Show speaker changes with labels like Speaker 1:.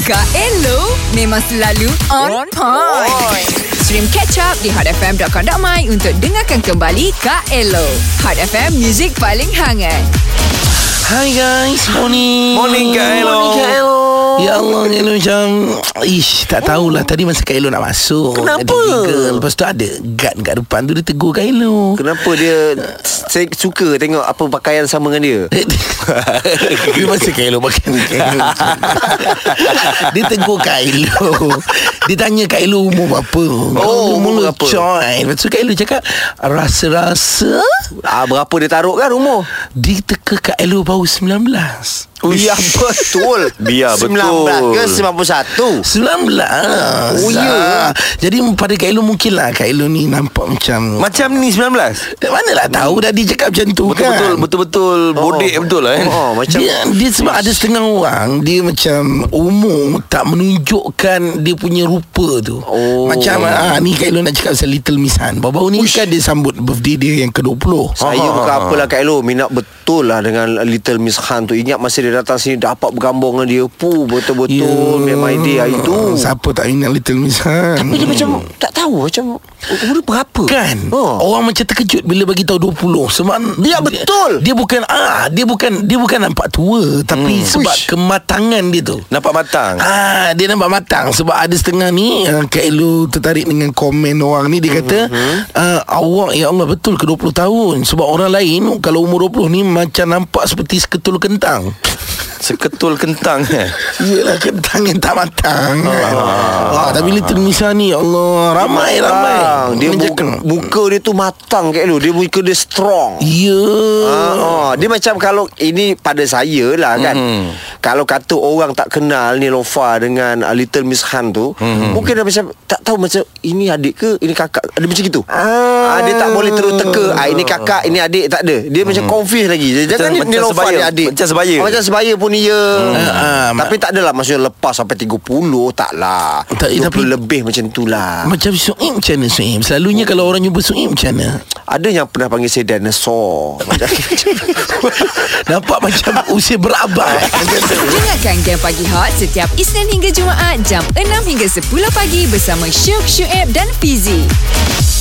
Speaker 1: Kak Elo memang selalu on point. Stream catch up di hotfm.com.my untuk dengarkan kembali Kak Elo. Hot FM, music paling hangat.
Speaker 2: Hi guys, morning.
Speaker 3: Morning, Kak Elo.
Speaker 2: Morning Kak Elo. Ya Allah, Kak Elo macam Ish, tak tahulah Tadi masa Kak Elo nak masuk
Speaker 3: Kenapa?
Speaker 2: Ada tiga Lepas tu ada Guard kat depan tu Dia tegur Kak Elo
Speaker 3: Kenapa dia Saya suka tengok Apa pakaian sama dengan dia
Speaker 2: Dia masa Kak Elo pakai Kak Elo macam tu. Dia tegur Kak Elo Dia tanya Kak Elo umur berapa
Speaker 3: Oh, umur berapa?
Speaker 2: Join Lepas tu Kak Elo cakap Rasa-rasa
Speaker 3: ah, Berapa dia taruh kan umur
Speaker 2: Dia teka Kak Elo baru 19
Speaker 3: Biar Ya, betul
Speaker 4: Biar betul.
Speaker 3: 19 ke 91
Speaker 2: 19
Speaker 3: Oh, ya.
Speaker 2: Ah, Jadi pada Kak Elo mungkin lah Kak Elo ni nampak macam
Speaker 4: Macam ni 19
Speaker 2: Dari mana lah tahu Dah dia cakap macam tu kan
Speaker 4: Betul-betul Betul-betul Bodek betul lah kan
Speaker 3: Oh macam
Speaker 2: dia, dia sebab ada setengah orang Dia macam Umur Tak menunjukkan Dia punya rupa tu
Speaker 3: Oh.
Speaker 2: Macam ah, Ni Kak Elo nak cakap Pasal Little Miss Han Baru-baru ni kan dia sambut Birthday dia yang ke-20
Speaker 3: Saya
Speaker 4: Oh,
Speaker 3: bukan apalah Kak Elo Minat betul lah Dengan Little Miss Han tu Ingat masa dia datang sini Dapat bergambung dengan dia Puh betul-betul yeah. Memang idea itu
Speaker 2: Ya.
Speaker 4: Ya.
Speaker 2: Siapa tak ingat Little Miss Han
Speaker 3: Tapi dia macam Tak tahu macam Umur dia berapa
Speaker 2: Kan
Speaker 3: oh.
Speaker 2: oh. Orang macam terkejut Bila bagi tahu 20 Sebab
Speaker 3: Ya, betul.
Speaker 2: Dia, dia bukan ah, Dia bukan Dia bukan nampak tua Tapi hmm. sebab
Speaker 3: Uish.
Speaker 2: kematangan dia tu
Speaker 4: Nampak matang
Speaker 2: Ah, dia nampak matang sebab ada setengah ni uh, Kak Elu tertarik dengan komen orang ni dia kata
Speaker 4: Mhm.
Speaker 2: mm-hmm. uh, awak ya Allah betul ke 20 tahun sebab orang lain kalau umur 20 ni macam nampak seperti seketul kentang.
Speaker 4: Seketul kentang eh.
Speaker 2: Yelah kentang yang tak matang. Ah, ah, tapi Little Misa ni ya Allah ramai ramai.
Speaker 3: Bang, dia
Speaker 2: Macam
Speaker 3: muka,
Speaker 2: kena-
Speaker 3: muka dia tu matang Kak Elo Dia muka dia strong
Speaker 2: Ya.
Speaker 4: Hmm.
Speaker 3: Ah, ah. Dia macam kalau Ini pada saya lah kan
Speaker 4: Mhm.
Speaker 3: Kalau kata orang tak kenal Ni Lofa dengan uh, Little Miss Han tu
Speaker 4: Hmm.
Speaker 3: Mungkin dia macam Tak tahu macam Ini adik ke Ini kakak Dia macam gitu ah. Dia tak boleh terus teka ah, Ini kakak Ini adik tak ada Dia macam confused lagi Jangan
Speaker 4: Hmm. Macam-
Speaker 3: ni
Speaker 4: macam
Speaker 3: Ni Lofa
Speaker 4: sebaya.
Speaker 3: ni adik
Speaker 4: Macam sebaya. Hmm.
Speaker 3: Ah, Macam sebaya pun dia
Speaker 2: Ah, ah.
Speaker 3: Tapi tak adalah Maksudnya lepas sampai 30 Tak lah
Speaker 2: Tak, eh,
Speaker 3: 20
Speaker 2: tapi-
Speaker 3: lebih macam tu lah
Speaker 2: Macam Suim macam mana Suim
Speaker 4: Oh.
Speaker 2: Selalunya kalau orang jumpa Suim macam mana
Speaker 3: Ada yang pernah panggil saya dinosaur
Speaker 2: Nampak macam usia berabad
Speaker 1: Dengarkan Game Pagi Hot setiap Isnin hingga Jumaat jam 6 hingga 10 pagi bersama Syuk, Syuib dan Fizi.